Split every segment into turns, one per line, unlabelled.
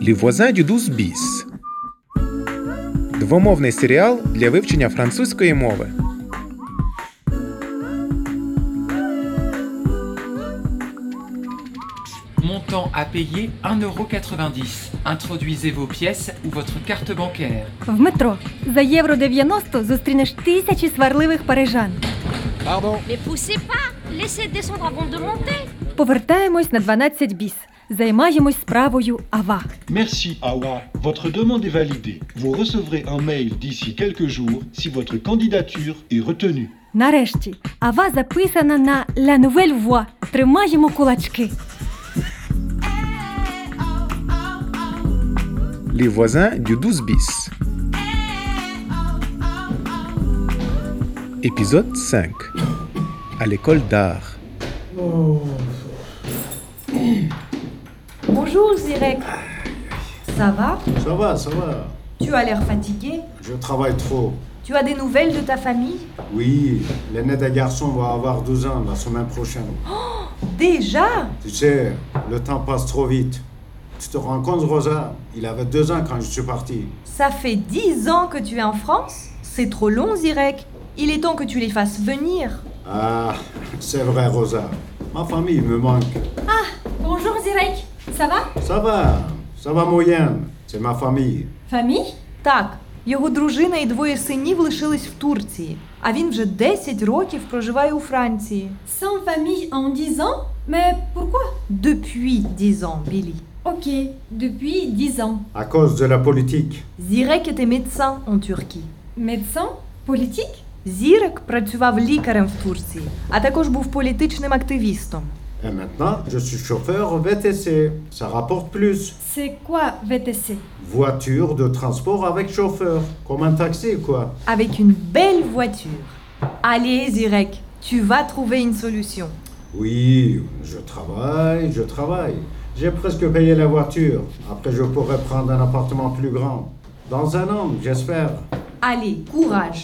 Les voisins du 12 bis. Двомовний серіал для вивчення французької мови.
Montant à payer 1,90€. Introduisez vos pièces ou votre carte bancaire.
В метро за євро 90 зустрінеш тисячі сварливих парижан.
Pardon
Mais poussez pas Laissez descendre avant de monter
Повертаємось на 12 біс. Займаємось справою АВА.
Merci, Awa. Votre demande est validée. Vous recevrez un mail d'ici quelques jours si votre candidature est retenue.
Нарешті, АВА записана на La Nouvelle Voix. Тримаємо кулачки.
Les voisins du 12 bis. Épisode 5. À l'école d'art.
Bonjour Zirek. Ça va
Ça va, ça va.
Tu as l'air fatigué.
Je travaille trop.
Tu as des nouvelles de ta famille
Oui, l'aîné des garçons va avoir 12 ans la semaine prochaine.
Déjà
Tu sais, le temps passe trop vite. Tu te rends compte, Rosa Il avait deux ans quand je suis parti.
Ça fait dix ans que tu es en France C'est trop long Zirek. Il est temps que tu les fasses venir.
Ah, c'est vrai, Rosa. Ma famille me manque.
Bonjour, Zirek. Ça va?
Ça va, ça va, moyen. C'est ma famille.
Famille?
Так, його дружина і двоє синів лишились в Турції, а він вже 10 років проживає у Франції.
Sans famille en 10 ans? Mais pourquoi?
Depuis 10 ans, Білі.
Ok, depuis 10 ans.
À cause de la politique.
Зірек était médecin en Turquie.
Médecin? Politique?
Зірек працював лікарем в Турції, а також був політичним активістом.
Et maintenant, je suis chauffeur VTC. Ça rapporte plus.
C'est quoi VTC?
Voiture de transport avec chauffeur. Comme un taxi, quoi.
avec une belle voiture. Allez, Zirek, tu vas trouver une solution.
Oui, je travaille, je travaille. J'ai presque payé la voiture. Après, je pourrai prendre un appartement plus grand. Dans un an, j'espère.
Allez, courage.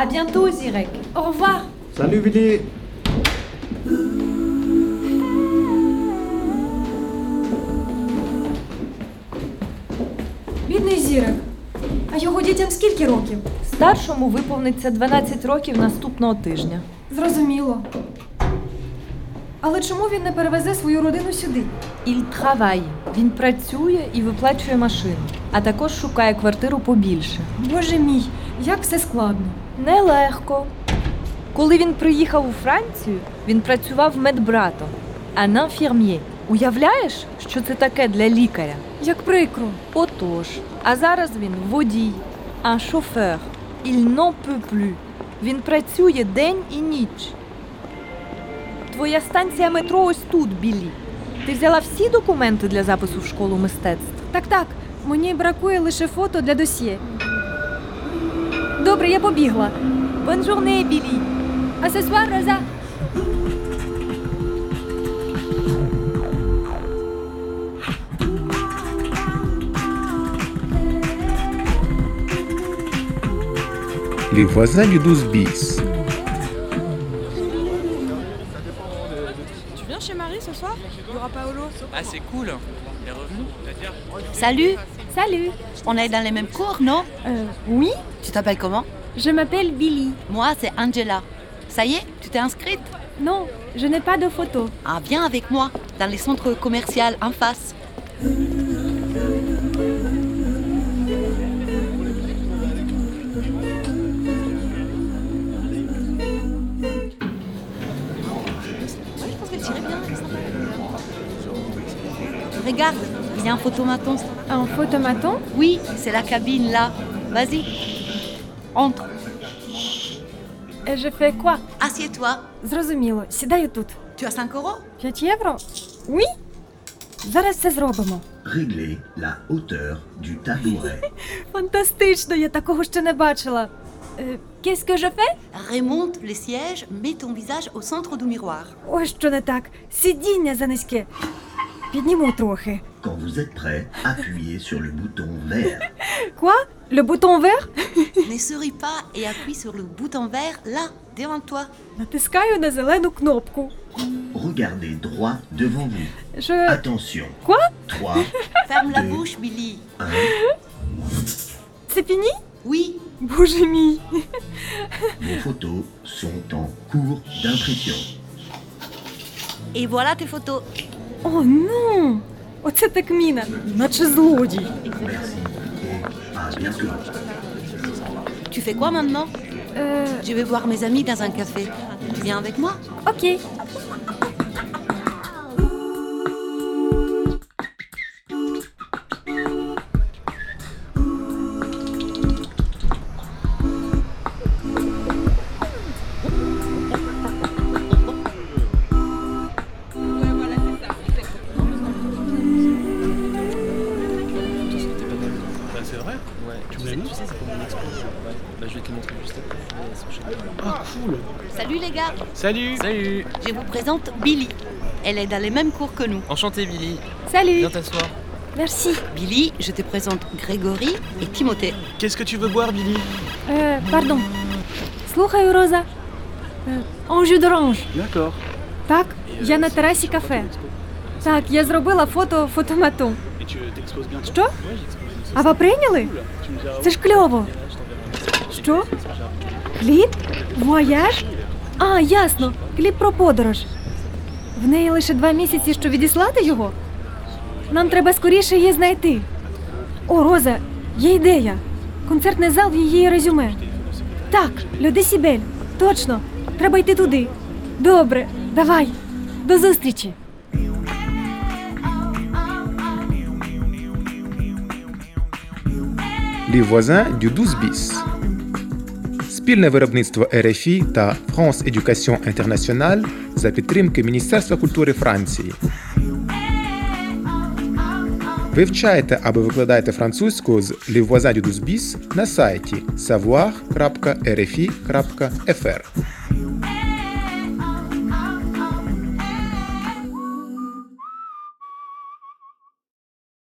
À bientôt, Zirek. Au revoir.
Salut, Billy.
Бідний зірок. А його дітям скільки років?
Старшому виповниться 12 років наступного тижня.
Зрозуміло. Але чому він не перевезе свою родину сюди?
Il travaille. Він працює і виплачує машину, а також шукає квартиру побільше.
Боже мій, як все складно.
Нелегко. Коли він приїхав у Францію, він працював медбратом, а на фірм'є. Уявляєш, що це таке для лікаря?
Як прикро.
Отож, а зараз він водій, а шофер. Il n'en peut plus. Він працює день і ніч. Твоя станція метро ось тут, Білі. Ти взяла всі документи для запису в школу мистецтв?
Так, так, мені бракує лише фото для досьє. Добре, я побігла.
Бонжурне, Білі.
Асесуар Роза.
Les voisins du 12 bis.
Tu viens chez Marie ce soir Il y aura Paolo.
Ah, c'est cool T'es revenu
Salut,
Салю. Е,
on est dans les mêmes cours, non
Oui,
Tu t'appelles comment
je m'appelle Billy.
Moi, c'est Angela. Ça y est, tu t'es inscrite
Non, je n'ai pas de photo.
Ah, viens avec moi, dans les centres commerciaux, en face. Regarde, il y a un photomaton.
Un photomaton
Oui, c'est la cabine là. Vas-y, entre.
Et е, je fais quoi
Assieds-toi.
Зрозуміло, сідаю тут.
Tu as 5 euros
5 євро? Oui? Зараз це зробимо.
Régler la hauteur du tabouret.
Фантастично, я такого ще не бачила. Е, Qu'est-ce que je fais?
Remonte le siège, mets ton visage au centre du miroir.
Ось що не так. Сидіння занизьке. Підніму трохи.
Quand vous êtes prêt, appuyez sur le bouton vert.
Quoi? Le bouton vert?
ne souris pas et appuie sur le bouton vert là, devant toi.
Натискаю на зелену кнопку.
Regardez droit devant vous.
Je...
Attention.
Quoi
3,
Ferme la bouche, Billy.
C'est fini
Oui,
Bouge, Émilie.
Vos photos sont en cours d'impression.
et voilà tes photos.
О, ну! Оце так міна, наче злодій.
Merci et à bientôt.
Tu fais quoi maintenant
Euh,
Je vais voir mes amis dans un café. Tu viens avec moi
ok.
Salut les gars,
Salut Salut
je vous présente Billy. Elle est dans les mêmes cours que nous.
Enchanté Billy,
Salut.
viens t'asseoir.
Merci.
Billy, je te présente Grégory et Timothée.
Qu'est-ce que tu veux boire Billy
Euh, pardon. Слухаю, Роза. Е, Он jus d'orange.
D'accord. euh,
Так, я на терасі кафе. Так, я зробила фото фотомату.
Et tu t'exposes bien
Що? А ви прийняли? Це ж кльово. Що? Кліп? Вояж? А, ясно. Кліп про подорож. В неї лише два місяці, що відіслати його. Нам треба скоріше її знайти. О, Роза, є ідея. Концертний зал в її резюме. Так, Люди Сібель. Точно. Треба йти туди. Добре, давай. До зустрічі.
Les voisins du 12 bis. Спільне виробництво Е РФІ та France Education International за підтримки Міністерства культури Франції. Вивчайте або викладайте французьку з Les voisins du 12 bis на сайті savoir.rfi.fr.